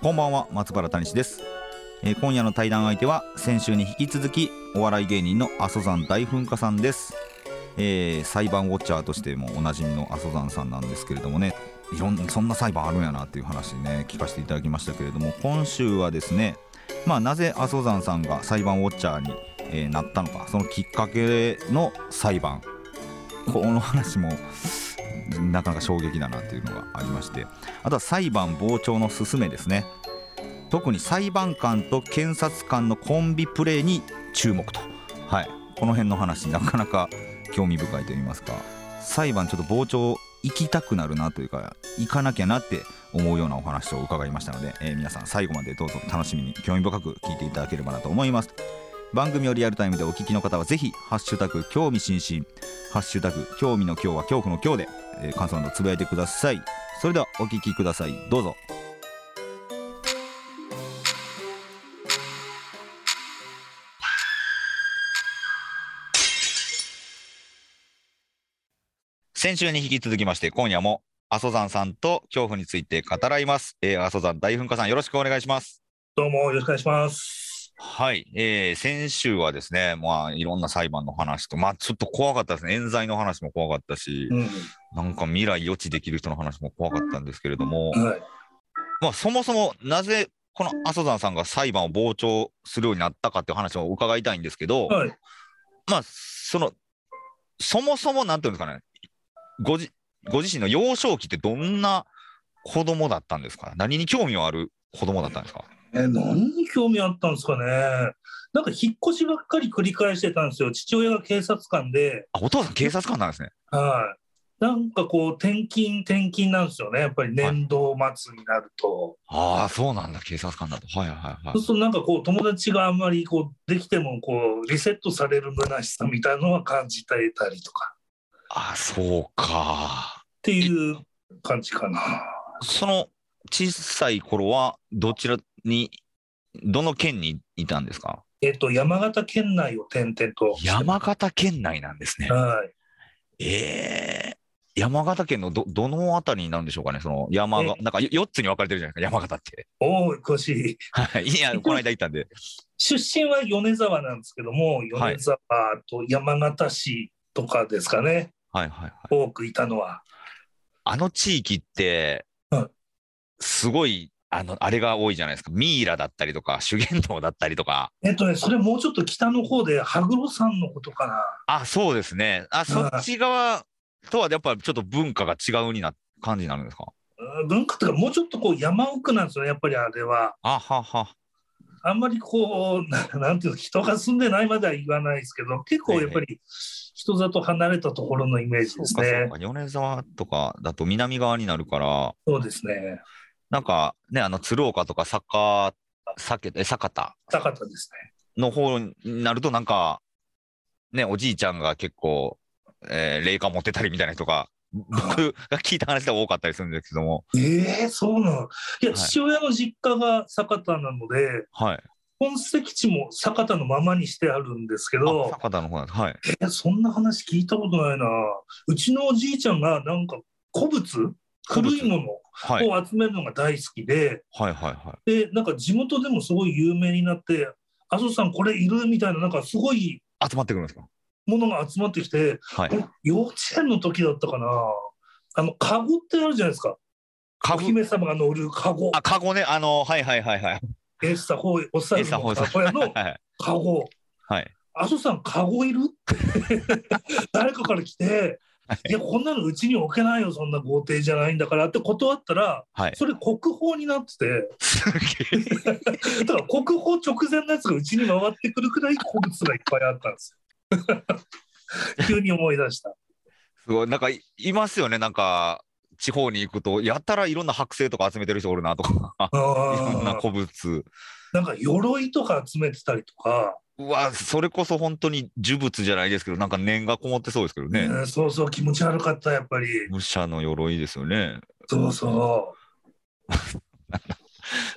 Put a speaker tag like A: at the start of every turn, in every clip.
A: こんばんは松原谷志です、えー今夜の対談相手は先週に引き続きお笑い芸人の阿蘇山大噴火さんです、えー裁判ウォッチャーとしてもおなじみの阿蘇山さんなんですけれどもねいろんそんな裁判あるんやなっていう話ね聞かせていただきましたけれども今週はですねまあなぜ阿蘇山さんが裁判ウォッチャーに、えーなったのかそのきっかけの裁判この話もなかなか衝撃だなっていうのがありましてあとは裁判傍聴の勧めですね特に裁判官と検察官のコンビプレーに注目と、はい、この辺の話なかなか興味深いと言いますか裁判ちょっと傍聴行きたくなるなというか行かなきゃなって思うようなお話を伺いましたので、えー皆さん最後までどうぞ楽しみに興味深く聞いていただければなと思います番組をリアルタイムでお聞きの方はぜひ「ハッシュタグ興味津々」「ハッシュタグ興味の今日は恐怖の今日で」えー感想などつぶやいてくださいそれではお聞きくださいどうぞ先週に引き続きまして今夜も阿蘇山さんと恐怖について語らいます、えー、阿蘇山大噴火さんよろしくお願いします
B: どうもよろしくお願いします。
A: はい、えー、先週はですねまあいろんな裁判の話とまあちょっと怖かったですね冤罪の話も怖かったし、
B: うん、
A: なんか未来予知できる人の話も怖かったんですけれども、
B: はい。
A: まあ、そもそもなぜこの阿蘇山さんが裁判を傍聴するようになったかっていう話を伺いたいんですけど、
B: はい。
A: まあそのそもそもなんていうんですかねごじご自身の幼少期ってどんな子供だったんですか何に興味のある子供だったんですか
B: えー、何に興味あったんですかね。なんか引っ越しばっかり繰り返してたんですよ。父親が警察官で、
A: あお父さん警察官なんですね。
B: はい。なんかこう転勤転勤なんですよね。やっぱり年度末になると、
A: ああそうなんだ警察官だと。はいはいは
B: そうするとなんかこう友達があんまりこうできてもこうリセットされる虚しさみたいのは感じたりとか
A: ああそうか。
B: っていう感じかな。
A: その小さい頃はどちらにどの県にいたんですか
B: えっ、と山形県内を転々として。
A: 山形県内なんですね。
B: はい。
A: ええ山形県のどどのあたりになるんでしょうかね、その山が、
B: え
A: なんか4つに分かれてるじゃないですか、山形って。
B: おお詳しい。
A: はい、いや、この間行ったんで。
B: 出身は米沢なんですけども
A: はい
B: 米沢と山形市とかですかね、
A: はいはいはい。
B: 多くいたのは
A: あの地域って
B: はい、
A: すごい、あの、あれが多いじゃないですか、ミイラだったりとか、修験道だったりとか。
B: えっとねそれもうちょっと北の方で羽黒山のことかな
A: あ、そうですね。あ、そっち側とはやっぱちょっと文化が違うにな感じになるんですか
B: うん文化というかもうちょっとこう山奥なんですよねやっぱりあれは
A: あはは。
B: あんまりこうななんていうの人が住んでないまでは言わないですけど結構やっぱり人里離れたところのイメージ
A: そう
B: です
A: かそう
B: ね
A: か、米沢とかだと南側になるから、
B: そうですね
A: なんかね、あの、鶴岡とか坂、酒え酒田
B: 高田ですね
A: の方になるとなんか、ね、おじいちゃんが結構、えー霊感持ってたりみたいな人が、僕が聞いた話では多かったりするんですけども、
B: ええそうなのい
A: は
B: や、
A: い
B: 父親の実家が酒田なので
A: はい。
B: 本籍地も酒田のままにしてあるんですけ
A: あ、
B: ど、
A: 坂田の方なんです。はい。
B: えそんな話聞いたことないな。うちのおじいちゃんがなんか古物、
A: 古物
B: 古いも
A: はい。
B: のを集めるのが大好きで、
A: はいはいは
B: で、なんか地元でもすごい有名になって、麻生さんこれいるみたいな、なんかすごい
A: い。集まってくるんですか
B: ものが集まってきて、
A: はい。
B: これ幼稚園の時だったかな。あの、カゴってあるじゃないですか。
A: か
B: お姫様が乗るカゴ
A: あ、。かごね、あの、はいはいはいはい。
B: エッサホイ、おっさん
A: エサホ
B: の
A: イさん
B: 母親の
A: はい。
B: カゴ。
A: はい。
B: 阿蘇さん、カゴいるって 誰かから来て、
A: はい
B: い、や、こんなのうちに置けないよ、そんな豪邸じゃないんだからって断ったら、
A: はい。
B: それ国宝になってて、
A: すげえ。
B: だから国宝直前のやつがうちに回ってくるくらい古物がいっぱいあったんです よ。急に思い出した。
A: すごい。なんかい、いますよね。なんか、地方に行くと、やたらいろんな剥製とか集めてる人おるなとか、いろんな
B: あー
A: 古物。
B: なんか鎧とか集めてたりとか、
A: うわ、それこそ本当に呪物じゃないですけど、なんか念がこもってそうですけど
B: え
A: ね。
B: ーそうそう気持ち悪かったやっぱり
A: 武者の鎧ですよね。
B: そうそ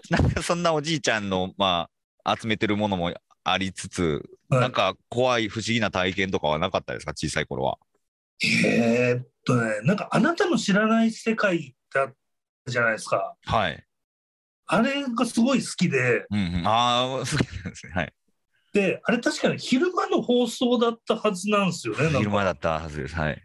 A: なんかそんなおじいちゃんの、まあ、集めてるものもありつつ、
B: う、は
A: なん
B: い、
A: か怖い不思議な体験とかはなかったですか、小さい頃は。
B: えーっとねなんかあなたの知らない世界だったじゃないですか
A: はい。
B: あれがすごい好きで
A: うんうん、ああ、そうなんですね。はい。
B: であれ確かに昼間の放送だったはずなんですよねなん
A: 昼
B: か
A: 間だったはずです。はい。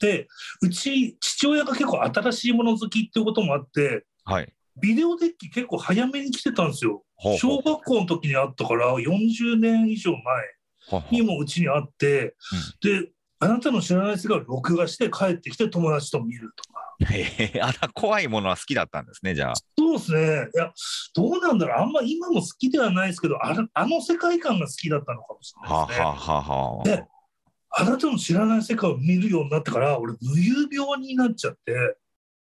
B: でうち父親が結構新しいもの好きっていうこともあって
A: はい。
B: ビデオデッキ結構早めに来てたんですよ
A: ほうほう
B: 小学校の時にあったから40年以上前
A: ほうほう
B: にもうちにあって、であなたの知らない世界を録画して帰ってきて友達と見るとか
A: へえあら、怖いものは好きだったんですね、じゃあ。
B: そうですねいやどうなんだろうあんま今も好きではないですけどあれあの世界観が好きだったのかもしれ
A: は
B: な
A: あ
B: いですね、
A: はあはあはあ。
B: であなたの知らない世界を見るようになってから俺無遊病になっちゃって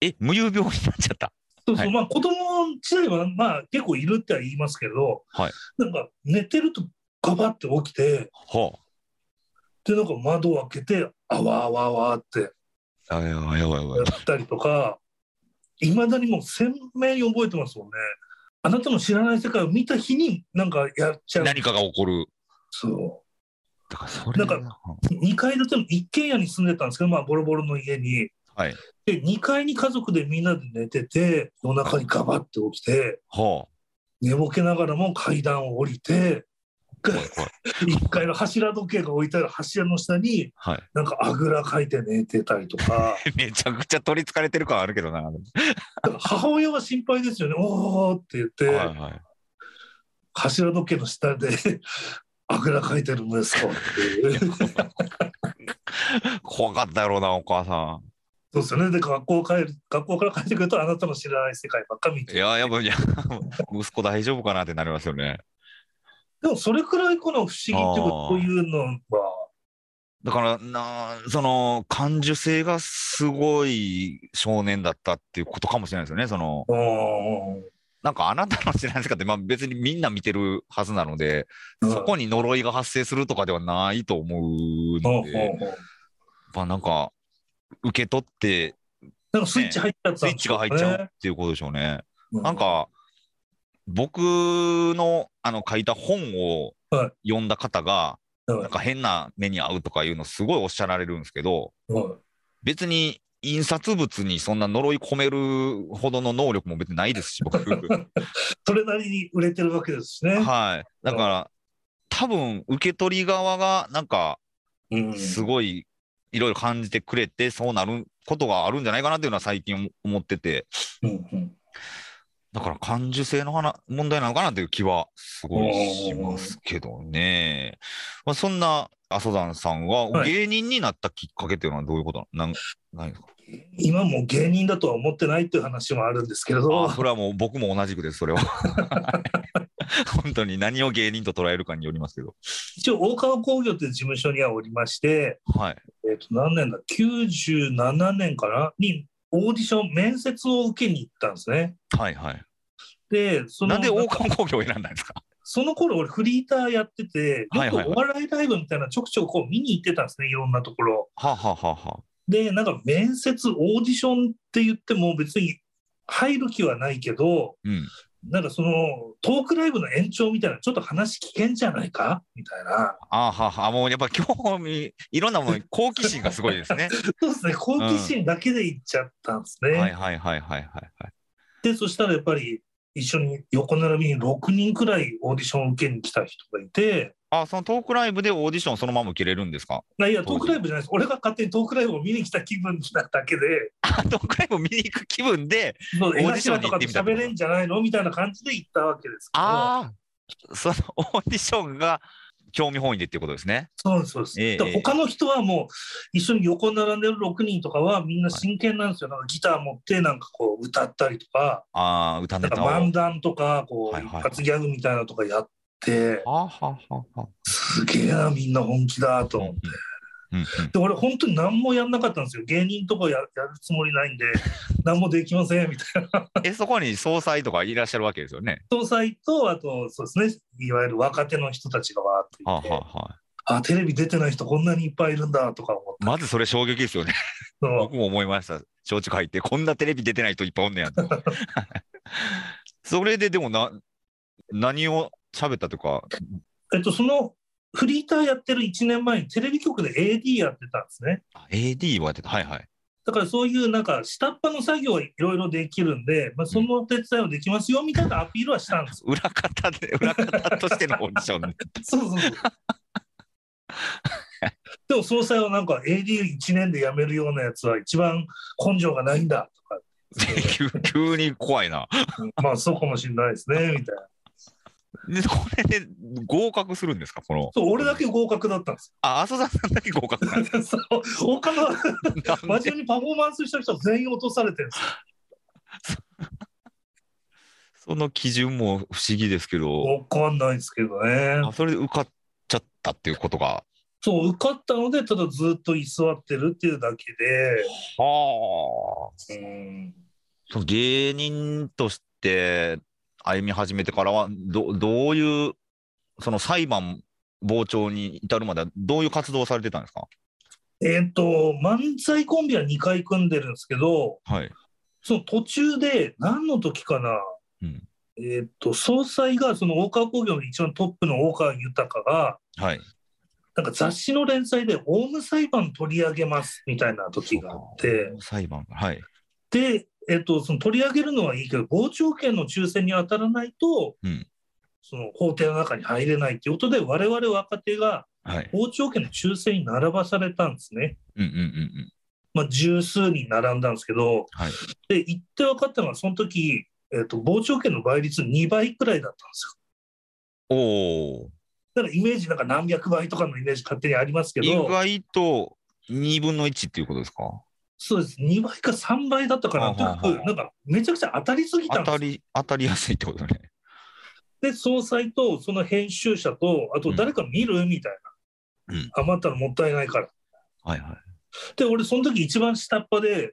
A: え、無遊病になっちゃった。
B: そうそ
A: は
B: う、
A: い
B: まあ子供時代はまあ結構いるっては言いますけど、
A: はい
B: なんか寝てるとガバって起きて
A: ほ
B: でなんか窓を開けてあわあわあわって
A: う。あやばいやばいやばい
B: や。ったりと か、いまだにもう鮮明に覚えてますもんね。あなたの知らない世界を見た日に、なんかやっちゃう。
A: 何かが起こる。
B: そ
A: だからそれ
B: なんう。2階建ての一軒家に住んでたんですけど、まあ、ボロボロの家に。
A: はい。
B: で、2階に家族でみんなで寝てて、夜中にガバって起きて、
A: ほ
B: 寝ぼけながらも階段を降りて、
A: う。怖い怖い。
B: 1階の柱時計が置いてある柱の下に、
A: はい。
B: なんかあぐらかいて寝てたり とか、
A: めちゃくちゃ取りつかれてる感あるけどな。はい
B: だから母親は心配ですよね、おーって言って、
A: はい。
B: 柱時計の下であぐらかいてるんですかって いう。
A: 怖かったやろうな、お母さ
B: そうですよね。で、学校帰る、学校から帰ってくると、あなたの知らない世界ばっか見
A: ん。い
B: て。
A: や、やっぱ、いや、 息子大丈夫かなってなりますよね。
B: でも、それくらいこの不思議っていうか、
A: あー
B: こういうのは、
A: だから、な、その、感受性がすごい少年だったっていうことかもしれないですよね。その、
B: うーん
A: なんかあなたの知らない世界って、まあ別にみんな見てるはずなので、
B: うん
A: そこに呪いが発生するとかではないと思う
B: うん
A: の
B: う
A: で、
B: んうん
A: まあなんか、受け取って、
B: なんかスイッチ入っちゃった
A: スイッチが入っちゃう
B: ね
A: っていうことでしょうね。
B: う
A: なん、か、僕のあの書いた本を
B: はい
A: 読んだ方が、
B: うん
A: なんか変な目に遭うとかいうのすごいおっしゃられるんですけど、
B: うん
A: 別に印刷物にそんな呪い込めるほどの能力も別にないですし、僕。
B: それなりに売れてるわけですしね。
A: はい。だから、多分受け取り側がなんか
B: うん
A: すごいいろいろ感じてくれてそうなることがあるんじゃないかなっていうのは最近思ってて
B: うんうん
A: だから感受性の話問題なのかなという気はすごいしますけどね、まあ、そんな阿蘇山さんは
B: はい
A: 芸人になったきっかけっていうのはどういうことなんないですか
B: 今もう芸人だとは思ってないっていう話もあるんですけれ
A: あ
B: ど
A: ー、それはもう僕も同じくですそ れは本当に何を芸人と捉えるかによりますけど
B: 一応、大川工業という事務所にはおりまして、
A: はい
B: えっと何年だ97年かなにオーディション面接を受けに行ったんですね。
A: はいはい
B: でその
A: なんで大川工業を選んだんですか
B: その頃俺フリーターやってて
A: はい
B: よく
A: はいはい
B: お笑いライブみたいなのちょくちょくこう見に行ってたんですねいろんなところ。
A: はあ、はあはあは
B: でなんか面接オーディションって言っても別に入る気はないけど
A: あ、うん
B: なんかそのトークライブの延長みたいなちょっと話聞けんじゃないかみたいな
A: あーはーはーもうやっぱ興味、いろんなものに好奇心がすごいです ね。
B: そうですね好奇心だけで行っちゃったんですね。
A: はいはいはいはいはいはい。
B: で、そしたらやっぱり一緒に横並びに6人くらいオーディションを受けに来た人がいて、
A: あ、そのトークライブでオーディションそのまま受けれるんですか
B: まあいや、
A: 当時
B: トークライブじゃないです。俺が勝手にトークライブを見に来た気分なだけで、
A: あトークライブを見に行く気分で、
B: そう
A: デ
B: 江
A: ィション
B: 頭
A: に行
B: と
A: って
B: かと
A: みたってこと
B: 喋れんじゃないのみたいな感じで行ったわけですけど。
A: ああ、そのオーディションが興味本位でっていうことですね。
B: そうです、そうです。
A: ええ
B: だから他の人はもう、一緒に横並んでる6人とかはみんな真剣なんですよ。なんかギター持って、なんかこう歌ったりとか、
A: ああ、歌
B: な
A: ネ
B: んか
A: タを。は
B: 漫談とか、こ
A: は
B: う
A: いはい
B: 一
A: はい
B: 発ギャグみたいなのとかやって、
A: あはあはあはあ
B: すげえな、みんな本気だと思って。
A: うんうん
B: で俺本当に何もやんなかったんですよ芸人とかややるつもりない んで何もできませんみたいな
A: えそこに総裁とかいらっしゃるわけですよね。
B: 総裁とあとそうですねいわゆる若手の人たちがわーっ
A: はあ
B: とい
A: は
B: て、
A: あはあ、
B: あテレビ出てない人こんなにいっぱいいるんだとか思って
A: まずそれ衝撃ですよね。
B: そう
A: 僕も思いました。松竹入って、こんなテレビ出てない人いっぱいおんねやと。 それででもな、何を喋ったとか、
B: えっとそのフリーターやってる1年前にテレビ局で AD やってたんですね
A: あ AD はやってた。はいはい。
B: だからそういうなんか下っ端の作業はいろいろできるんで、まあ、その手伝いをできますよみたいなアピールはしたんです
A: 裏方で、裏方としてのオーディションね。
B: そうそうそうでも総裁はなんか AD1 年で辞めるようなやつは一番根性がないんだとか
A: 急急に怖いな。
B: まあそうかもしれないですねみたいな
A: で、これで合格するんですかこの。
B: そう俺だけ合格だったんです
A: あ、浅田さんだけ合格なんで
B: よ そう他の
A: すなん
B: 真
A: で
B: 面目にパフォーマンスした人は全員落とされてるんですよ
A: その基準も不思議ですけど、
B: わかんないですけどね
A: あそれで受かっちゃったっていうことが。
B: そう受かったのでただずっと居座ってるっていうだけ
A: はあ。
B: でうん
A: その芸人として歩み始めてからはどどういうその裁判傍聴に至るまではどういう活動をされてたんですか
B: えっ、と漫才コンビは2回組んでるんですけど
A: はい
B: その途中で何の時かな、
A: うん
B: えっ、と総裁がその大川工業の一番トップの大川豊が
A: はい
B: なんか雑誌の連載でオウム裁判取り上げますみたいな時があって
A: 裁判はい
B: で、えっと、その取り上げるのはいいけど傍聴券の抽選に当たらないと、
A: うん
B: その法廷の中に入れないっていうことで我々若手が
A: はい
B: 傍聴券の抽選に並ばされたんですね。
A: うんうんうんうん
B: まあ、十数人並んだんですけど、
A: はい
B: で行って分かったのはその時、えっと傍聴券の倍率2倍くらいだったんです
A: おお
B: よ。だからイメージなんか何百倍とかのイメージ勝手にありますけ
A: 意
B: ど、
A: 外と2分の1っていうことですか
B: そうです2倍か3倍だったかな、と
A: はあはあは
B: に
A: あ
B: かくなんかめちゃくちゃ当たりすぎ
A: 当
B: たんです
A: た
B: よ
A: り当たりやすいってことね
B: で総裁とその編集者とあと誰か見るみたいな、
A: うん
B: 余ったらもったいないから
A: はいはい
B: で俺その時一番下っ端で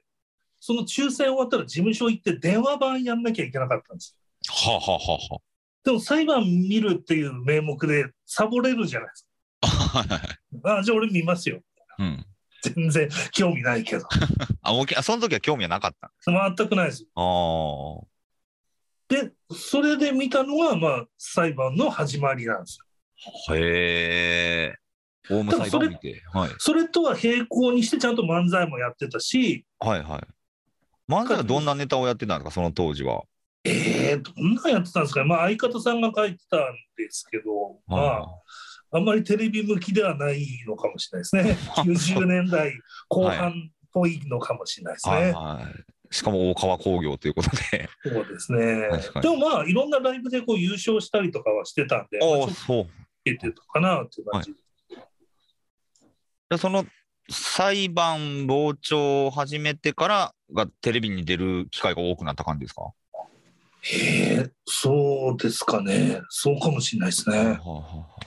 B: その抽選終わったら事務所行って電話番やんなきゃいけなかったんです
A: はあ、はあは
B: よでも裁判見るっていう名目でサボれるじゃないです
A: あはあ、 はいはい
B: かあじゃあ俺見ますよ
A: うん
B: 全然興味ないけど
A: あもうけあその時は興味はなかった
B: 全くないです
A: ああ
B: でそれで見たのがまあ裁判の始まりなんですよ
A: へえ。オウム裁判見て。はい。
B: それとは並行にしてちゃんと漫才もやってたし
A: はいはい。漫才はどんなネタをやってたんですか、その当時は。、
B: えー、どんなんやってたんですかね、まあ、相方さんが書いてたんですけど、まあ、あんまりテレビ向きではないのかもしれないですね 90年代後半っぽいのかもしれないですね。
A: はいはい。しかも大川工業ということで。
B: そうですね
A: 確かに
B: でもまあ、いろんなライブでこう優勝したりとかはしてたん で、まあ
A: あ
B: ち
A: あ、
B: ょっと
A: そう。
B: 出てたかなっていう感じ、
A: でその裁判傍聴を始めてからがテレビに出る機会が多くなった感じですか、
B: へえそうですかね、そうかもしれないです
A: はあは
B: ね。
A: あはあはあこ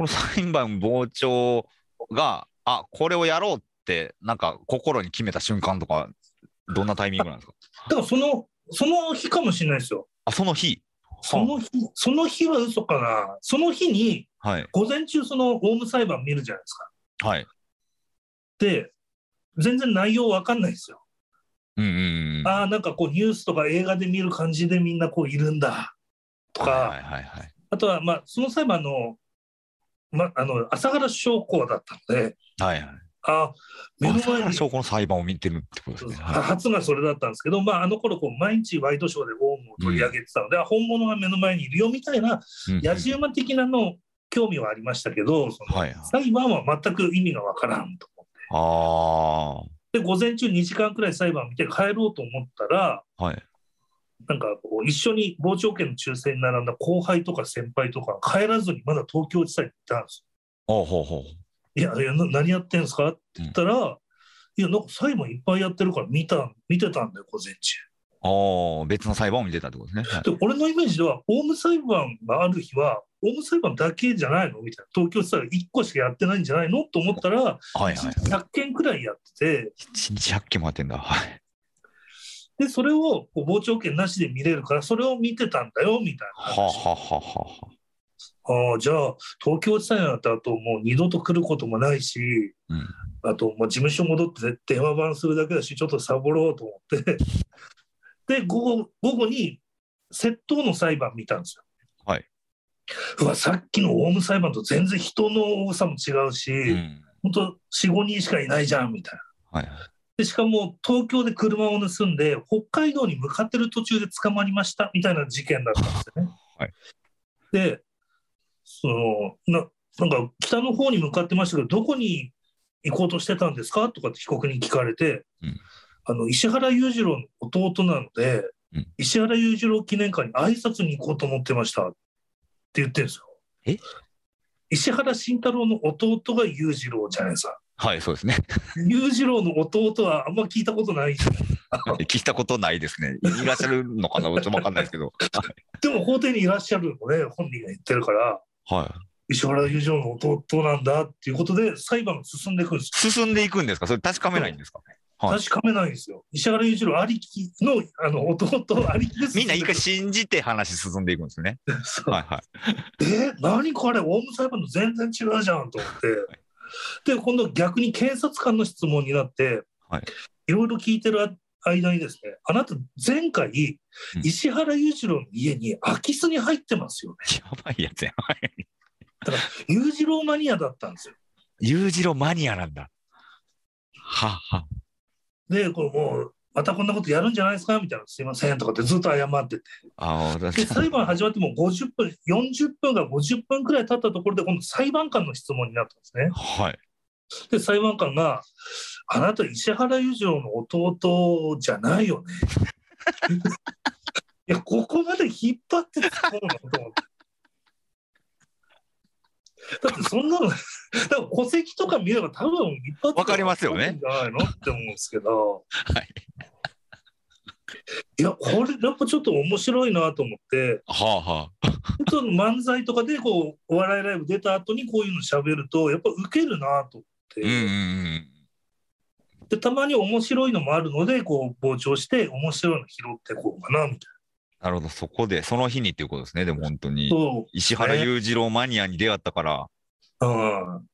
A: の裁判傍聴が、あこれをやろうって、なんか心に決めた瞬間とか、どんなタイミングなんですか
B: だからそのその日かもしれないですよ。
A: あ、その日。
B: その日、その日は嘘かな。その日に、
A: はい。
B: 午前中、そのオウム裁判見るじゃないですか。
A: はい。
B: で全然内容わかんないんですよ。
A: うんうんうん。
B: ああなんかこうニュースとか映画で見る感じでみんなこういるんだとか、
A: はいはいはい。
B: あとはまあその裁判の,、ま、あの朝原将校だったので
A: はいはい。
B: ああ目の
A: 朝
B: 前
A: 原
B: に。
A: 証拠の裁判を見てるってことですね。はい
B: 初がそれだったんですけど、まあ、あの頃こう毎日ワイドショーでオウムを取り上げてたので、あ本物が目の前にいるよみたいな
A: うんうん
B: 野次馬的なの興味はありましたけど、その
A: はいはい。
B: 裁判は全く意味がわからんと思
A: あ
B: ってで午前中2時間くらい裁判見て帰ろうと思ったら
A: あ。はい。
B: なんかこう一緒に傍聴券の抽選に並んだ後輩とか先輩とか帰らずにまだ東京地裁に行ったんです
A: おうほうほう。
B: よ。いや、いやな何やってんすかって言ったら、いや、なんか裁判いっぱいやってるから見た、見てたんだよ、午前中。
A: ああ、別の裁判を見てたってことですね。はい
B: で、俺のイメージでは、オウム裁判がある日は、オウム裁判だけじゃないのみたいな、東京地裁は1個しかやってないんじゃないのと思ったら、
A: はいはい。
B: 100件くらいやってて、
A: 一日100件もやってんだ。はい。
B: でそれをこう傍聴券なしで見れるから、それを見てたんだよみたいな
A: はあ、
B: 話。
A: はあはあはあは
B: ああじゃあ、東京地裁なんてあともう二度と来ることもないし、
A: あ、うん。
B: あともう事務所戻って電話番するだけだし、ちょっとサボろうと思って、 で午後午後に窃盗の裁判見たんですよ。
A: はいう
B: わ、さっきのオウム裁判と全然人の多さも違うし、
A: うん。
B: 本当、4、5人しかいないじゃんみたいな。
A: はい。
B: でしかも東京で車を盗んで北海道に向かってる途中で捕まりましたみたいな事件だったんですよね。
A: はい
B: でそのななんか北の方に向かってましたけどどこに行こうとしてたんですかとかって被告に聞かれて、
A: うん
B: あの石原裕次郎の弟なので、
A: うん
B: 石原裕次郎記念館に挨拶に行こうと思ってましたって言ってるんですよ。
A: え
B: 石原慎太郎の弟が裕次郎じゃないですか。
A: はい、そう ですね。
B: 裕次郎の弟はあんま聞いたことないじゃん
A: 聞いたことないですね。いらっしゃるのかなちょっとわかんないですけど。
B: でも法廷にいらっしゃるのね本人が言ってるから
A: はい。
B: 石原裕次郎の弟なんだっていうことで裁判が進んでいくんです
A: 進んでいくんですかそれ確かめないんですかはい
B: 確かめないんですよ石原裕次郎ありきのあの弟ありきです
A: みんな一回信じて話進んでいくんですね。
B: そう
A: はいはい。
B: え何これオウム裁判と全然違うじゃんと思ってで今度逆に警察官の質問になって、
A: はい、
B: ろいろ聞いてる間にですねあなた前回
A: うん
B: 石原裕次郎の家に空き巣に入ってますよね
A: やばいやつや。はい
B: 裕次郎マニアだったんですよ
A: 裕次郎マニアなんだ。はあは
B: で、これもう、またこんなことやるんじゃないですかみたいな、すいませんとかってずっと謝ってて、
A: あ。ああ、
B: で
A: 確か
B: 裁
A: に。
B: 判始まってもう50分、40分が50分くらい経ったところで、今度、裁判官の質問になったんですね。
A: はい。
B: で、裁判官が、あなた、石原裕次郎の弟じゃな いよね。いや、ここまで引っ張って突っ込むのと思って。だってそんなの、だから戸籍とか見れば多分引っ張って
A: わかりますよね
B: じゃないのって思うんですけど。
A: はい。
B: いや、これ、やっぱちょっと面白いなと思って、
A: はあは
B: 本当に漫才とかでこうお笑いライブ出た後にこういうの喋ると、やっぱウケるなと思って、
A: うんうんうん。
B: で、たまに面白いのもあるので、こう、膨張して、面白いの拾ってこうかなみたい
A: なるほど、そこで、その日にっていうことですね、でも本当
B: な。
A: に。
B: そ
A: 石原裕次郎マニアに出会ったから、
B: ううん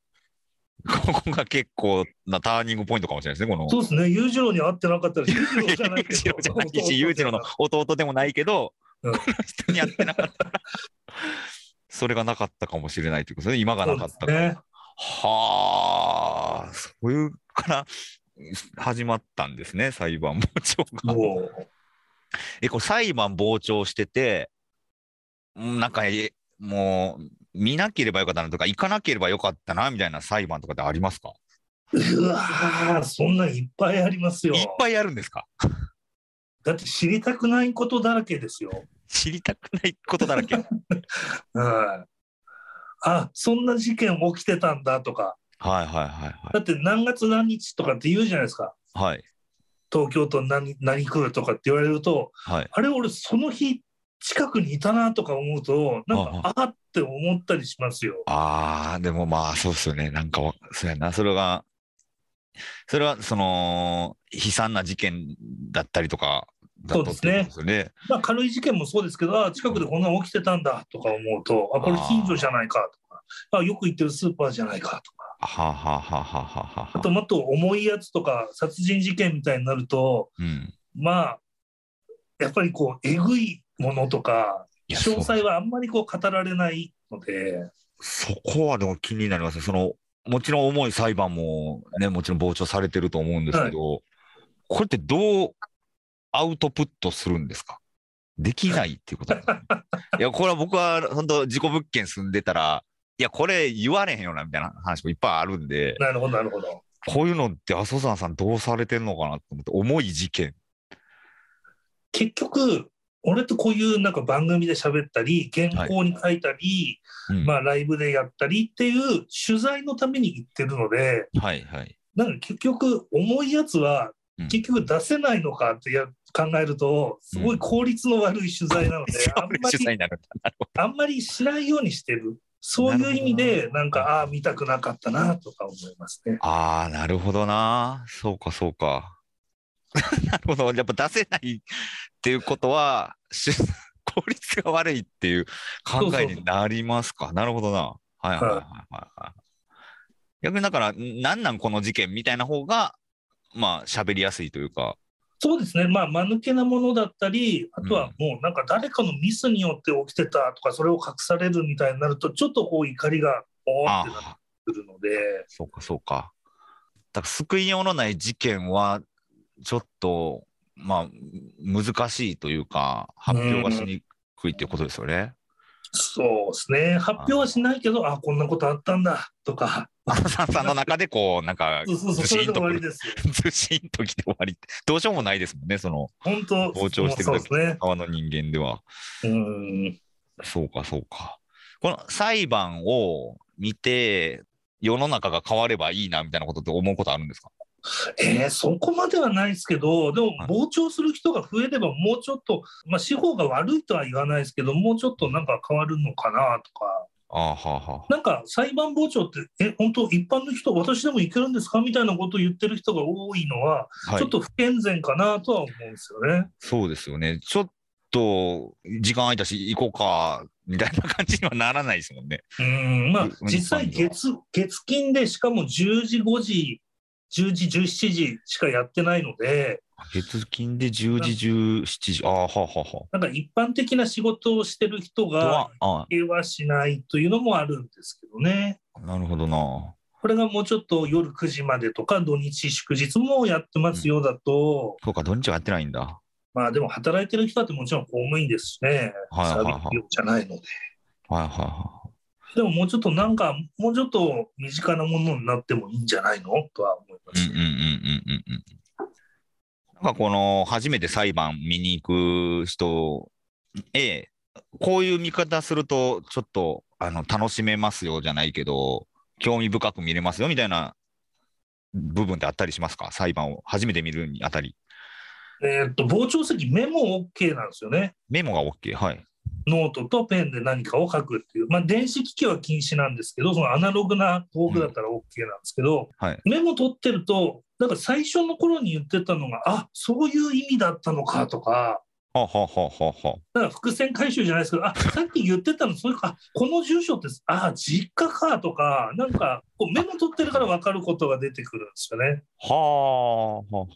A: ここが結構なターニングポイントかもしれないですね、この。
B: そうですね、裕次郎に会ってなかったら、裕次郎じゃない
A: 裕次郎じゃないし、
B: し、
A: 裕次郎の弟でもないけど、
B: うん
A: この人に会ってなかったら、それがなかったかもしれないということですね、今がなかったから。
B: ね。
A: はあ、そういうから始まったんですね、裁判傍聴が。
B: もう
A: え、これ裁判傍聴してて、うんなんか、えもう、見なければよかったなとか、行かなければよかったな、みたいな裁判とかってありますか
B: うわーそんなんいっぱいありますよ
A: いっぱいあるんですか
B: だって知りたくないことだらけですよ。
A: 知りたくないことだら け。はい
B: はいあそんな事件起きてたんだとか、
A: はいはいは
B: だって何月何日とかって言うじゃないですか、
A: い。はい。
B: 東京都何何区とかって言われると、
A: はい。
B: あれ、俺、その日、近くにいたなとか思うと、なんか、ああって思ったりしますよ。
A: ああ、でもまあ、そうっすよね。なんかわ、そうやな。それが、それは、その、悲惨な事件だったりとか、だと
B: そうですね
A: ってことですよね。
B: まあ、軽い事件もそうですけど、あ近くでこんなの起きてたんだとか思うと、あこれ、近所じゃないかとか、あよく行ってるスーパーじゃないかとか、
A: はあ、はあはあはあはあは
B: あともっと重いやつとか、殺人事件みたいになると、
A: うん。
B: まあ、やっぱりこう、えぐいものとか、
A: いや
B: 詳
A: そう
B: 細はあんまりこう語られないので、
A: そこはでも気になりますね。その、もちろん重い裁判もね、もちろん傍聴されてると思うんですけど、これってどうアウトプットするんですかできないっていうことなんですね いや、これは僕は本当事故物件住んでたら、いや、これ言われへんよな、みたいな話もいっぱいあるんで、
B: なるほど、なるほど。
A: こういうのって阿蘇山さんどうされてんのかなと思って、重い事件。
B: 結局、俺とこういうなんか番組で喋ったり、原稿に書いたり、
A: うん
B: まあライブでやったりっていう取材のために行ってるので、
A: はいはい。
B: なんか結局、重いやつは
C: うん
B: 結局出せないのかってや考えると、すごい効率の悪い取材なので、あん ま
A: 主催
B: り
A: になるんだ
B: あんまりしないようにしてる。そういう意味で、なんか、ああー、見たくなかったなとか思いますね。
A: ああ、なるほどな。そうか、そうか。 なるほど。やっぱ出せないっていうことは、し 効率が悪いっていう考えになりますか。なるほどな。はいはいはいはいはい。逆にだから、なんなんこの事件みたいな方が、まあ、喋りやすいというか。
B: そうですね、まあ、間抜けなものだったり、あとはもうなんか誰かのミスによって起きてたとか、それを隠されるみたいになると、ちょっとこう怒りがおー
A: あ
B: ってなって
A: あ、
B: くるので、
A: そうか、そうか。だから、救いようのない事件は、ちょっと、まあ、難しいというか、発表がしにくいっていうことですよね。
B: そうですね、発表はしないけど、あこんなことあったんだとか、
A: マサさんさんの中でこう、なんか、
B: そうそうそう、
A: ず
B: そ
A: し
B: れ
A: ん
B: で
A: と
B: 終
A: く
B: わり
A: る、
B: ですよ。
A: ずしんときて終わりって、どうしようもないですもんね、その、
B: 本当、
A: 膨張してる
B: そう
A: だけ
B: ですね。
A: 側の人間では。
B: うん
A: そうか、そうか。この裁判を見て、世の中が変わればいいな、みたいなことって思うことあるんですか
B: えーそこまではないですけど、でも
A: はい
B: 膨張する人が増えれば、もうちょっと、まあ、司法が悪いとは言わないですけど、もうちょっとなんか変わるのかなとか。
A: ああ、はあ、は
B: なんか裁判傍聴って、え、本当、一般の人、私でもいけるんですかみたいなことを言ってる人が多いのは、
A: あ。はい
B: ちょっ。と不健全かなとは思うんですよね。
A: そうですよね。ちょっと、時間空いたし、行こうか、みたいな感じにはならないですもんね。
B: うん、まあ
A: うん、
B: 実際月、月金で、しかも10時、5時、10時、17時しかやってないので、
A: 月金で10時、17時。ああ、はあ、はあ、は
B: なんか一般的な仕事をしてる人
A: あ。とは
B: が、、
A: あ
B: 受けはしないというのもあるんですけどね。
A: あ、なるほどな。
B: これがもうちょっと夜9時までとか、土日、祝日もやってますようだと、
A: そうか、土日はやってないんだ。
B: まあでも働いてる人だってもちろん公務員ですしね、
A: はいはいはい
B: サービス業じゃないので。
A: はいはいはい。
B: でももうちょっとなんか、もうちょっと身近なものになってもいいんじゃないのとは思いま
A: うんう
B: す、
A: んうんうんうんうん。なんかこの初めて裁判見に行く人えこういう見方するとちょっとあの楽しめますよじゃないけど興味深く見れますよみたいな部分ってあったりしますか裁判を初めて見るにあたり
B: えーっと、傍聴席メモ OK なんですよね。
A: メモが OK はい
B: ノートとペンで何かを書くっていう。まあ電子機器は禁止なんですけど、そのアナログな道具だったら OK なんですけど、
A: はい
B: メモ取ってると、なんか最初の頃に言ってたのが、あそういう意味だったのかとか、
A: はあ、はあはあはあは
B: だから伏線回収じゃないですけど、あさっき言ってたの、そういうか、この住所って、あ実家かとか、なんかこうメモ取ってるから分かることが出てくるんですよね。
A: あ、はあはあは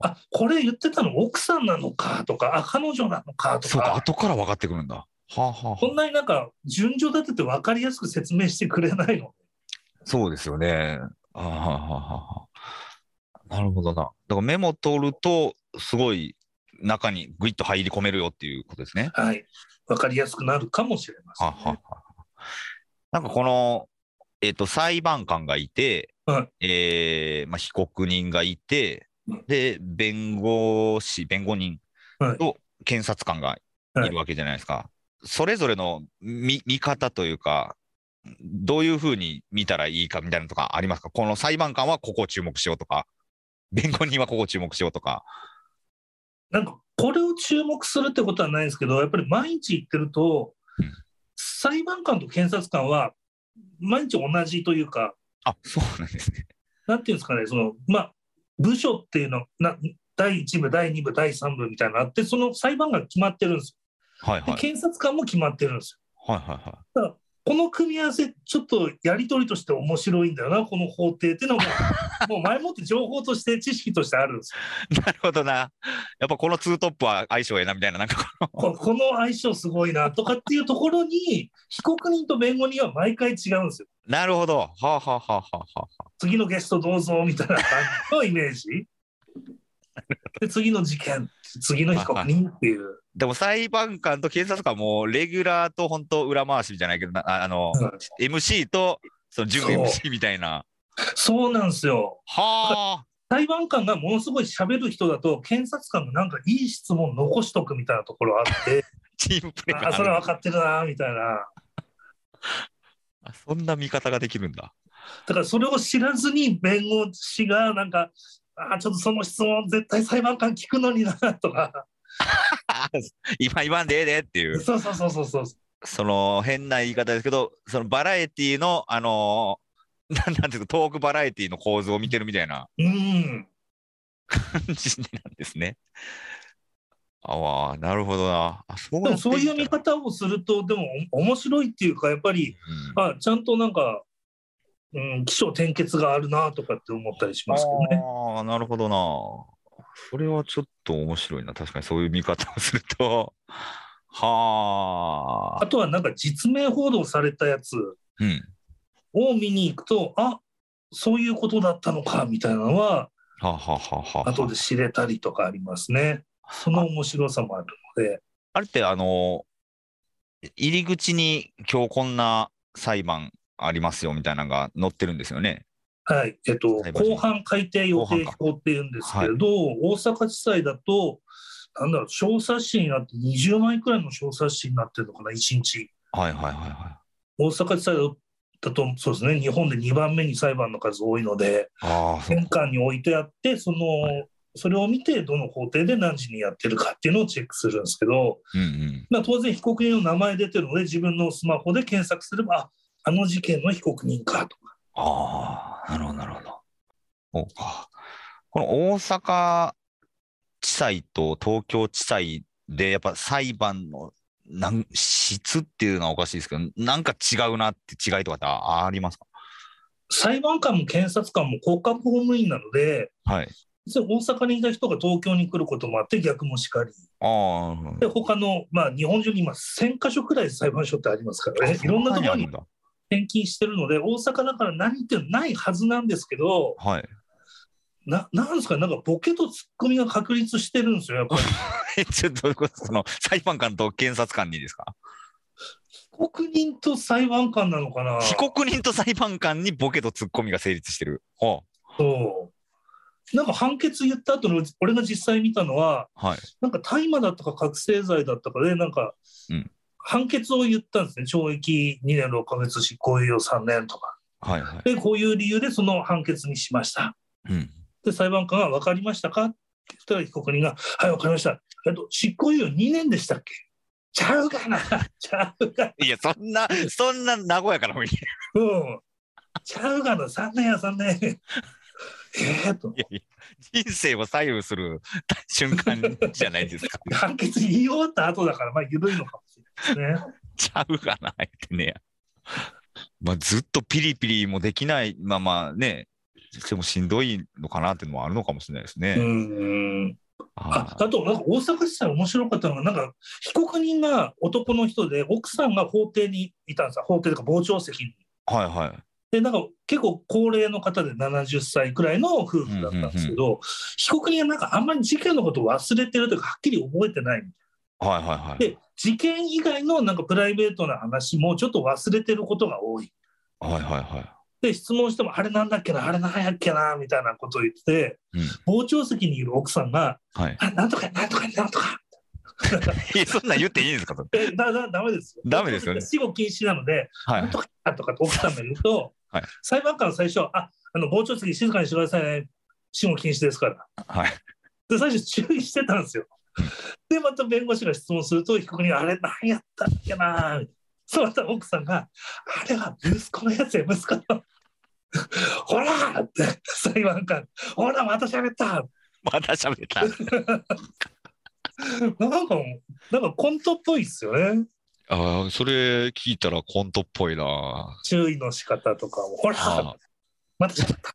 A: あ
B: あこれ言ってたの奥さんなのかとか、あ彼女なのかと
A: そうか
B: か、
A: 後から分かってくるんだはあはあはあ
B: こんなになんか順序立てて分かりやすく説明してくれないの。
A: そうですよね。あーはーはーはーはーなるほどな。だからメモ取ると、すごい中にグイッと入り込めるよっていうことですね。
B: はい、分かりやすくなるかもしれません
A: はーはーはーはーなんかこの、えっと裁判官がいて、
B: は
A: えーまあ、被告人がいて
B: うん、
A: で、弁護士、弁護人
B: はい
A: と検察官がいるわけじゃないですか。それぞれの見見方というか、どういうふうに見たらいいかみたいなのとかありますかこの裁判官はここを注目しようとか、弁護人はここを注目しようとか。
B: なんかこれを注目するってことはないですけど、やっぱり毎日言ってると
A: うん、
B: 裁判官と検察官は毎日同じというか、
A: あ、そうなんですね。
B: なんていうんですかね、そのまあ、部署っていうのな、第1部、第2部、第3部みたいなのあって、その裁判が決まってるんです
A: はい
B: よ。で、
A: はい。
B: 検察官も決まってるんですよ。
A: はいはいは
B: この組み合わせ、ちょっとやり取りとして面白いんだよな、この法廷っていうのも、もう前もって情報として、知識としてあるんですよ。
A: い。 なるほどな。やっぱこのツートップは相性ええなみたいな、なんかこの
B: ここの相性すごいなとかっていうところに、被告人と弁護人は毎回違うんですよ。
A: なるほど。はあ、はあはあはあはあはあ。
B: 次のゲストどうぞみたいな感じのイメージ。で次の事件、次の被告人っていう。
A: でも裁判官と警察官はもうレギュラーと本当裏回しじゃないけどなああの、MC とその準
B: そう
A: MC みたいな
B: そうなんですよ。
A: はあ
B: 裁判官がものすごい喋る人だと、検察官がなんかいい質問残しとくみたいなところあって、
A: チームプレー
B: あそれは分かってるなみたいな。
A: あそんな見方ができるんだ
B: だからそれを知らずに弁護士がなんか、ああ、ちょっとその質問、絶対裁判官聞くのになとか、
A: 今言わんでええでっていう、
B: そうそうそうそうそう、
A: その変な言い方ですけど、そのバラエティの、あのーなんなんていうか、トークバラエティの構図を見てるみたいな
B: うん、
A: 感じなんですね。ああ、なるほどな。あそう
B: で
A: や
B: も
A: って
B: そういう見方をすると、でもお面白いっていうか、やっぱり、
A: うん
B: あちゃんとなんか、うん、起承転結があるなとかって思ったりしますけどね。
A: ああ、なるほどな。それはちょっと面白いな。確かにそういう見方をすると。は
B: あ
A: あ。
B: とはなんか実名報道されたやつ
A: うん。
B: を見に行くと、あそういうことだったのかみたいなのは、
A: はあ、はあはあはあ、
B: 後で知れたりとかありますね。その面白さもあるので。
A: あれって、あの、入り口に今日こんな裁判ありますよみたいなのが載ってるんですよね。
B: はい、えっと、
A: 裁判所
B: 後半改定予定表っていうんですけれど、大阪地裁だと、なんだろう、小冊子になって、20枚くらいの小冊子になってるのかな、1日。
A: はいはいはいはい。
B: 大阪地裁だと、そうですね、日本で2番目に裁判の数多いので、
A: ああ、そう
B: 玄関に置いてあって、その、
A: は
B: それを見て、どの法廷で何時にやってるかっていうのをチェックするんですけど、
A: うんうん。
B: まあ、当然、被告人の名前出てるので、自分のスマホで検索すれば、ああの事件の被告人かとか。
A: ああ、なるほどなるほど。そうか。この大阪地裁と東京地裁で、やっぱ裁判のなん質っていうのはおかしいですけど、なんか違うなって違いとかってあありますか
B: 裁判官も検察官も国家公務員なので、
A: はい。
B: それ大阪にいた人が東京に来ることもあって逆もしかり
A: あ
B: で他の、まあ、日本中に今1000か所くらい裁判所ってありますから
A: あ。
B: ねいろんなところに
A: そなに
B: 転勤してるので大阪だから何ってないはずなんですけど
A: あるんだ。はい。
B: ななんですかなんかボケとツッコミが確立してるんですよやっぱり
A: え、ちょっとどういうことですかその 裁判官と検察官にですか
B: 被告人と裁判官なのかな
A: 被告人と裁判官にボケとツッコミが成立してる。ほ
B: そうなんか判決言った後の俺が実際見たのは
A: うはい。
B: なんか大麻だったか覚醒剤だったかで、なんか
A: うん、
B: 判決を言ったんですね、懲役2年6ヶ月、執行猶予3年とか。
A: はいはい。
B: で、こういう理由でその判決にしました。
A: うん。
B: で、裁判官が分かりましたかって言ったら、被告人が、はい、分かりました。えっと、執行猶予2年でしたっけちゃうかな、ちゃうか、
A: いや、そんな、そんな名古屋からもいい
B: うん、ちゃうかな、3年や3年。えーと
A: いやいや人生を左右する瞬間じゃないですか。
B: 判決言い終わった後だから、まあ、緩いのかもしれないですね。
A: ちゃうがな言ってね。まあ、ずっとピリピリもできない、まあまあね、でもしんどいのかなっていうのもあるのかもしれないですね。
B: うんあ
A: あー
B: あと、なんか大阪地裁面白かったのが、なんか被告人が男の人で、奥さんが法廷にいたんですよ、法廷というか傍聴席に。
A: はいはい。
B: で、なんか結構高齢の方で70歳くらいの夫婦だったんですけど、被告人がなんかあんまり事件のことを忘れてるというか、はっきり覚えてないみ
A: はいはいは
B: たい
A: い。
B: で、事件以外のなんかプライベートな話もちょっと忘れてることが多い。
A: はいはいは
B: で、質問しても、あれなんだっけな、あれなんやっけな、みたいなことを言って、
A: い。うん
B: 傍聴席にいる奥さんが、
A: はい、
B: あなんとか、なんとか、なんとか。
A: いやそんなん言っていいんですかそれ
B: え、だ、だ、ダメですよ。
A: ダメですよね
B: 死後禁止なので、
A: はい
B: なんとかとかって奥さんが言うと、
A: はい
B: 裁判官は最初、あ、あの、傍聴席静かにしてくださいね。死後禁止ですから。
A: はい。
B: で、最初注意してたんですよ。で、また弁護士が質問すると、被告人、あれ何やったっけなそう、また奥さんが、あれは息子のやつや、息子の。ほらーって裁判官、ほら、また喋った
A: また喋った。
B: なんかもう、なんかコントっぽいですよね。
A: ああ、それ聞いたらコントっぽいな。
B: 注意の仕方とかも、ほらーまた喋った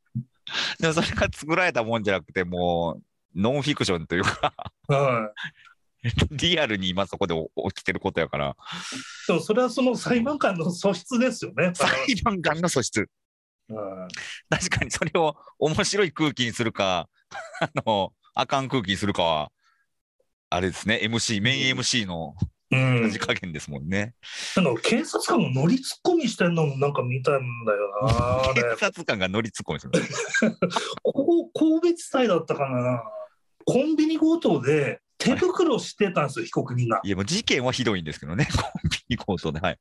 A: でもそれが作られたもんじゃなくて、もう、ノンフィクションというか、
B: はい
A: リアルに今そこで起きてることやから、
B: でもそれはその裁判官の素質ですよね。
A: 裁判官の素質。
B: うん
A: 確かにそれを面白い空気にするか、 あの、あかん空気にするかは、あれですね、MC、メイン MC の
B: うん、な
A: さ
B: ん
A: じ
B: か
A: 加減ですもんね。
B: 警察官が乗りツッコミしてんのもなんか見たんだよな。あれ
A: 警察官が乗り突っ込みする。
B: ここ神戸地裁だったかな。コンビニ強盗で手袋してたんですよ、被告人が。
A: いや、もう事件はひどいんですけどね、コンビニ強盗で。はい。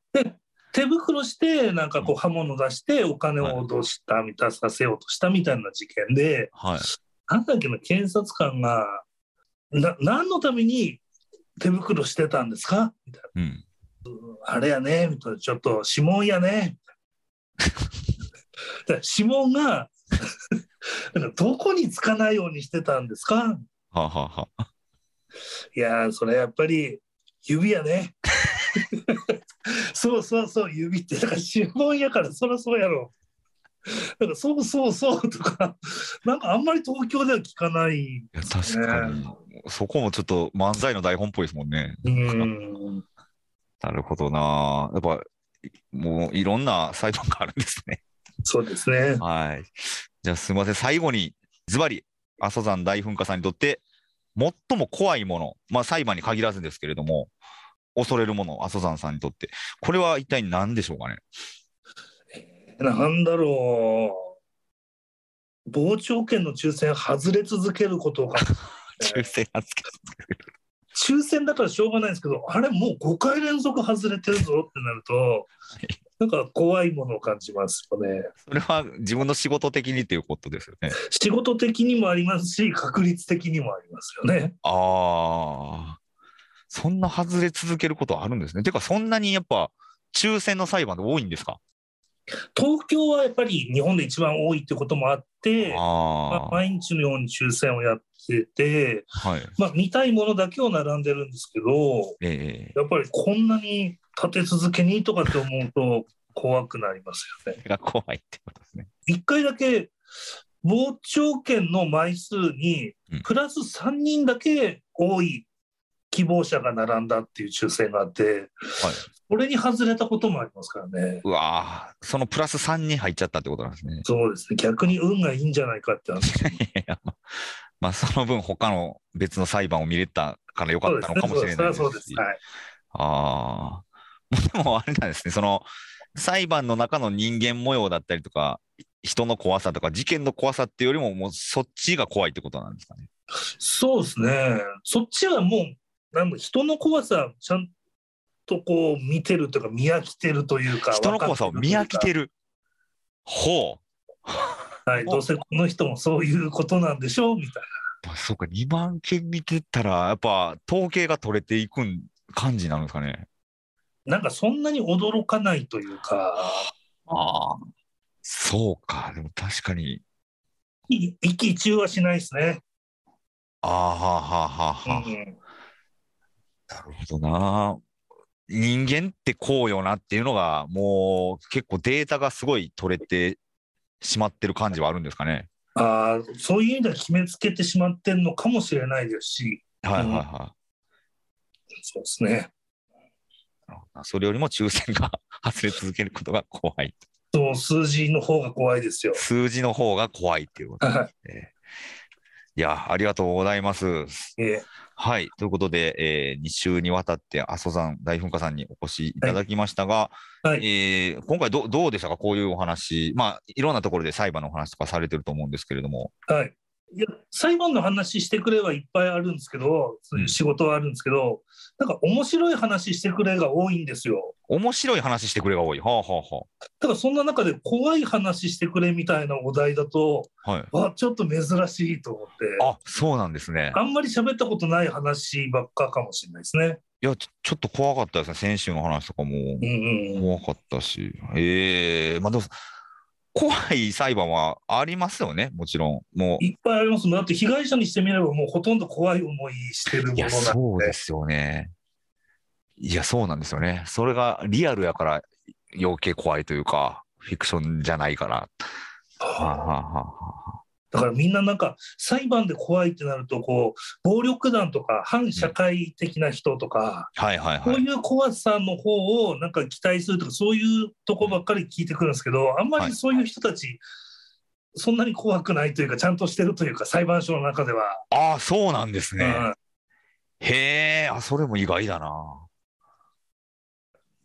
B: 手袋して、なんかこう刃物出してお金を脅したみたいな、させようとしたみたいな事件で、
A: はい。
B: なんだっけな、検察官が、な何のために手袋してたんですかみたい
C: うん。
B: な。あれやね、みたいな。ちょっと指紋 やね。だから指紋が、なんかどこにつかないようにしてたんですか
C: はあ、はあはあ、
B: いやー、それやっぱり指や ね。そうそうそう、指って、だから指紋やから、そりゃそうやろ。だから、そうそうそうとか、なんかあんまり東京では聞かない。
A: いや確かに、そこもちょっと漫才の台本っぽいですもんね。
B: うん。
A: なるほどな。やっぱ、もういろんな裁判があるんですね。
B: そうですね。
A: はい。じゃあすみません。最後に、ズバリ、阿蘇山大噴火さんにとって、最も怖いもの、まあ裁判に限らずですけれども、恐れるもの、阿蘇山さんにとって、これは一体何でしょうかね。
B: なんだろう。傍聴券の抽選外れ続けることが、
A: 抽選なんですけ
B: 抽選だからしょうがないんですけど、あれ、もう5回連続外れてるぞってなると、なんか怖いものを感じますよね。
A: ど、それは自分の仕事的にということですよね。
B: 仕事的にもありますし確率的にもありますよね。
A: ああ、そんな外れ続けることあるんですね。てか、そんなにやっぱ、抽選の裁判で多いんですか
B: 東京はやっぱり日本で一番多いってこともあって、ま
A: あ
B: あ毎日のように抽選をやってて、
A: あ、はい。
B: まあ、見たいものだけを並んでるんですけど
A: ええ
B: やっぱりこんなに立て続けにとかって思うと怖くなりますよね。
A: が怖いってことですね。
B: 一回だけ傍聴券の枚数に
A: うん
B: プラス3人だけ多い希望者が並んだっていう抽選があって、
A: はい
B: これに外れたこともありますからね。
A: うわあ、そのプラス3に入っちゃったってことなんですね。
B: そうですね、逆に運がいいんじゃないかって話、
A: いやまあ、その分、他の別の裁判を見れたからよかったのかもしれないですし。
B: そうですね、そうです
A: ああ。 でも、あれなんですね、その、裁判の中の人間模様だったりとか、人の怖さとか、事件の怖さっていうよりも、もうそっちが怖いってことなんですかね。
B: そうですはい、そうですね、そっちはもう、なんだ人の怖さ、ちゃんとこう見てるというか、見飽きてるというか、
A: 人の怖さを見飽きて
B: る
A: る。ほ
B: というか、はい、どうせこの人もそういうことなんでしょうみたいな、
A: う。まあそうか、2万件見てたら、やっぱ統計が取れていくん感じになるんですかね。
B: なんかそんなに驚かないというか、
A: ああ。そうか、でも確かに。
B: い意気中はしないですね。
A: ああ、はあ、はあ、
B: う
A: はあ、はあ。
B: ん、
A: なるほどな。人間ってこうよなっていうのが、もう結構データがすごい取れてしまってる感じはあるんですかね。
B: あーそういう意味では決めつけてしまってるのかもしれないですし、
A: はいは
B: う
A: い
B: ん
A: は
B: そうですね。
A: い。それよりも抽選が 外れ続けることが怖い。
B: そう数字の方が怖いですよ。
A: 数字の方が怖いっていうこと
B: は
A: ですね。いや、ありがとうございます。
B: いえ
A: はい。ということで、え2週にわたって阿蘇山大噴火さんにお越しいただきましたが、
B: はいはい
A: えー今回どうどうでしたかこういうお話。まあ、いろんなところで裁判のお話とかされてると思うんですけれども。
B: はい、いや裁判の話してくれはいっぱいあるんですけど、そういう仕事はあるんですけど、なんか面白い話してくれが多いんですよ。
A: 面白い話してくれが多い。はあ、は
B: だからそんな中で怖い話してくれみたいなお題だと、
A: あ、はあ。はい。
B: あちょっと珍しいと思って、
A: あ、そうなんですね。
B: あんまり喋ったことない話ばっかかもしれないですね。
A: いやちょ、ちょっと怖かったですね。先週の話とかも
B: うんうんうん、
A: 怖かったし。ええまあ、どう怖い裁判はありますよね。もちろん。もう。
B: いっぱいありますもんだって被害者にしてみればもうほとんど怖い思いしてるも
A: いや、
B: の
A: そう
B: なん
A: で
B: です
A: よね。いや、そうなんですよね。それがリアルやから余計怖いというか、フィクションじゃないから。はあはあは
B: だからみんななんか裁判で怖いってなるとこう暴力団とか反社会的な人とか、
A: あはあはいはい
B: こ
A: は
B: う
A: い。
B: いう怖さの方をなんか期待するとかそういうとこばっかり聞いてくるんですけどあんま
A: はい
B: りそういう人たち、そんなに怖くないというかちゃんとしてるというか裁判所の中では、
A: ああ、そうなんですね。
B: うん
A: へえ、あ、それも意外だな。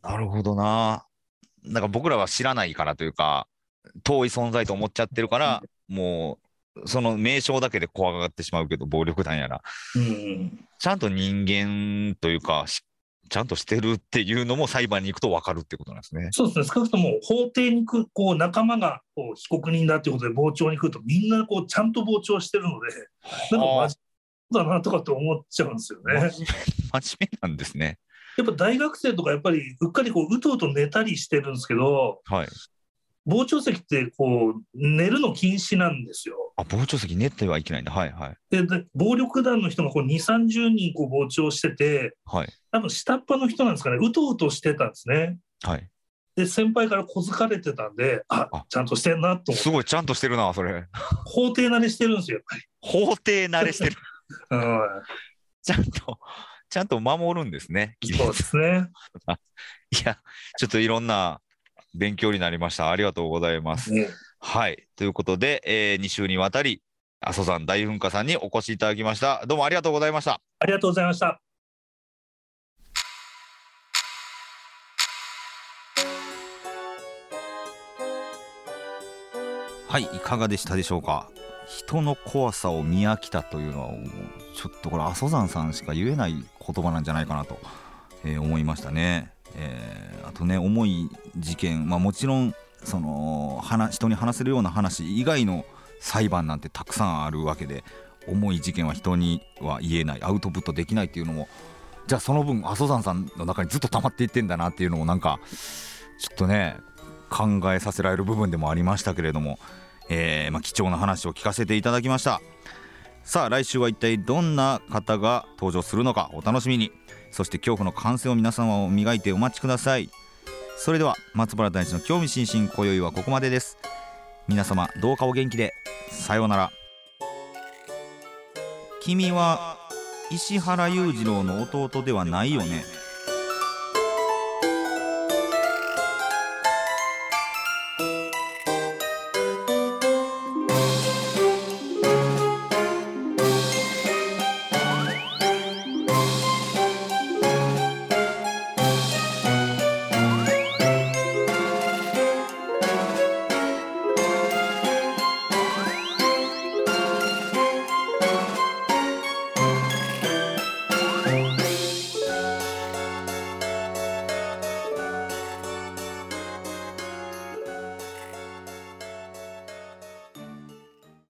A: なるほどな。なんか僕らは知らないからというか、遠い存在と思っちゃってるから、もう、その名称だけで怖がってしまうけど、暴力団やら。
B: うん
A: ちゃんと人間というか、し
D: ちゃんとしてるっていうのも裁判に行くと分かるってことなんですね。
B: そうですね、少なくとも法廷に来るこう仲間がこう被告人だということで傍聴に来ると、みんなこうちゃんと傍聴してるので、なんか
D: はあ
B: 真面目だなとかって思っちゃうんですよね。
D: 真面目なんですね。
B: やっぱ大学生とか、やっぱりうっかりこううとうと寝たりしてるんですけど、
D: はい。
B: 傍聴席ってこう寝るの禁止なんですよ。
D: あ、傍聴席寝てはいけないんだ。はいはい。
B: でで暴力団の人がこう2、30人こう傍聴してて、
D: はい。
B: 多分下っ端の人なんですかね、うとうとしてたんですね。
D: はい。
B: で、先輩から小づかれてたんで、あ
D: あ
B: ちゃんとしてんなと思って
D: す、ごい、ちゃんとしてるな、それ。
B: 法廷慣れしてるんですよ、やっぱり
D: 法廷慣れしてる。
B: うん
D: ちゃんと、ちゃんと守るんですね。い
B: そうですね。
D: や、ちょっといろんな勉強になりました。ありがとうございます。
B: ね
D: はい。ということで、え2週にわたり、阿蘇山大噴火さんにお越しいただきました。どうもありがとうございました。
B: ありがとうございました。
A: はいいかがでしたでしょうか人の怖さを見飽きたというのはもうちょっとこれ阿蘇山さんしか言えない言葉なんじゃないかなと、えー思いましたね、えーあとね重い事件まあもちろんその話人に話せるような話以外の裁判なんてたくさんあるわけで重い事件は人には言えないアウトプットできないっていうのもじゃあその分阿蘇山さんの中にずっと溜まっていってんだなっていうのもなんかちょっとね考えさせられる部分でもありましたけれどもえーまあ、貴重な話を聞かせていただきましたさあ来週は一体どんな方が登場するのかお楽しみにそして恐怖の感性を皆様を磨いてお待ちくださいそれでは松原大臣の興味津々今宵はここまでです皆様どうかお元気でさようなら君は石原裕次郎の弟ではないよね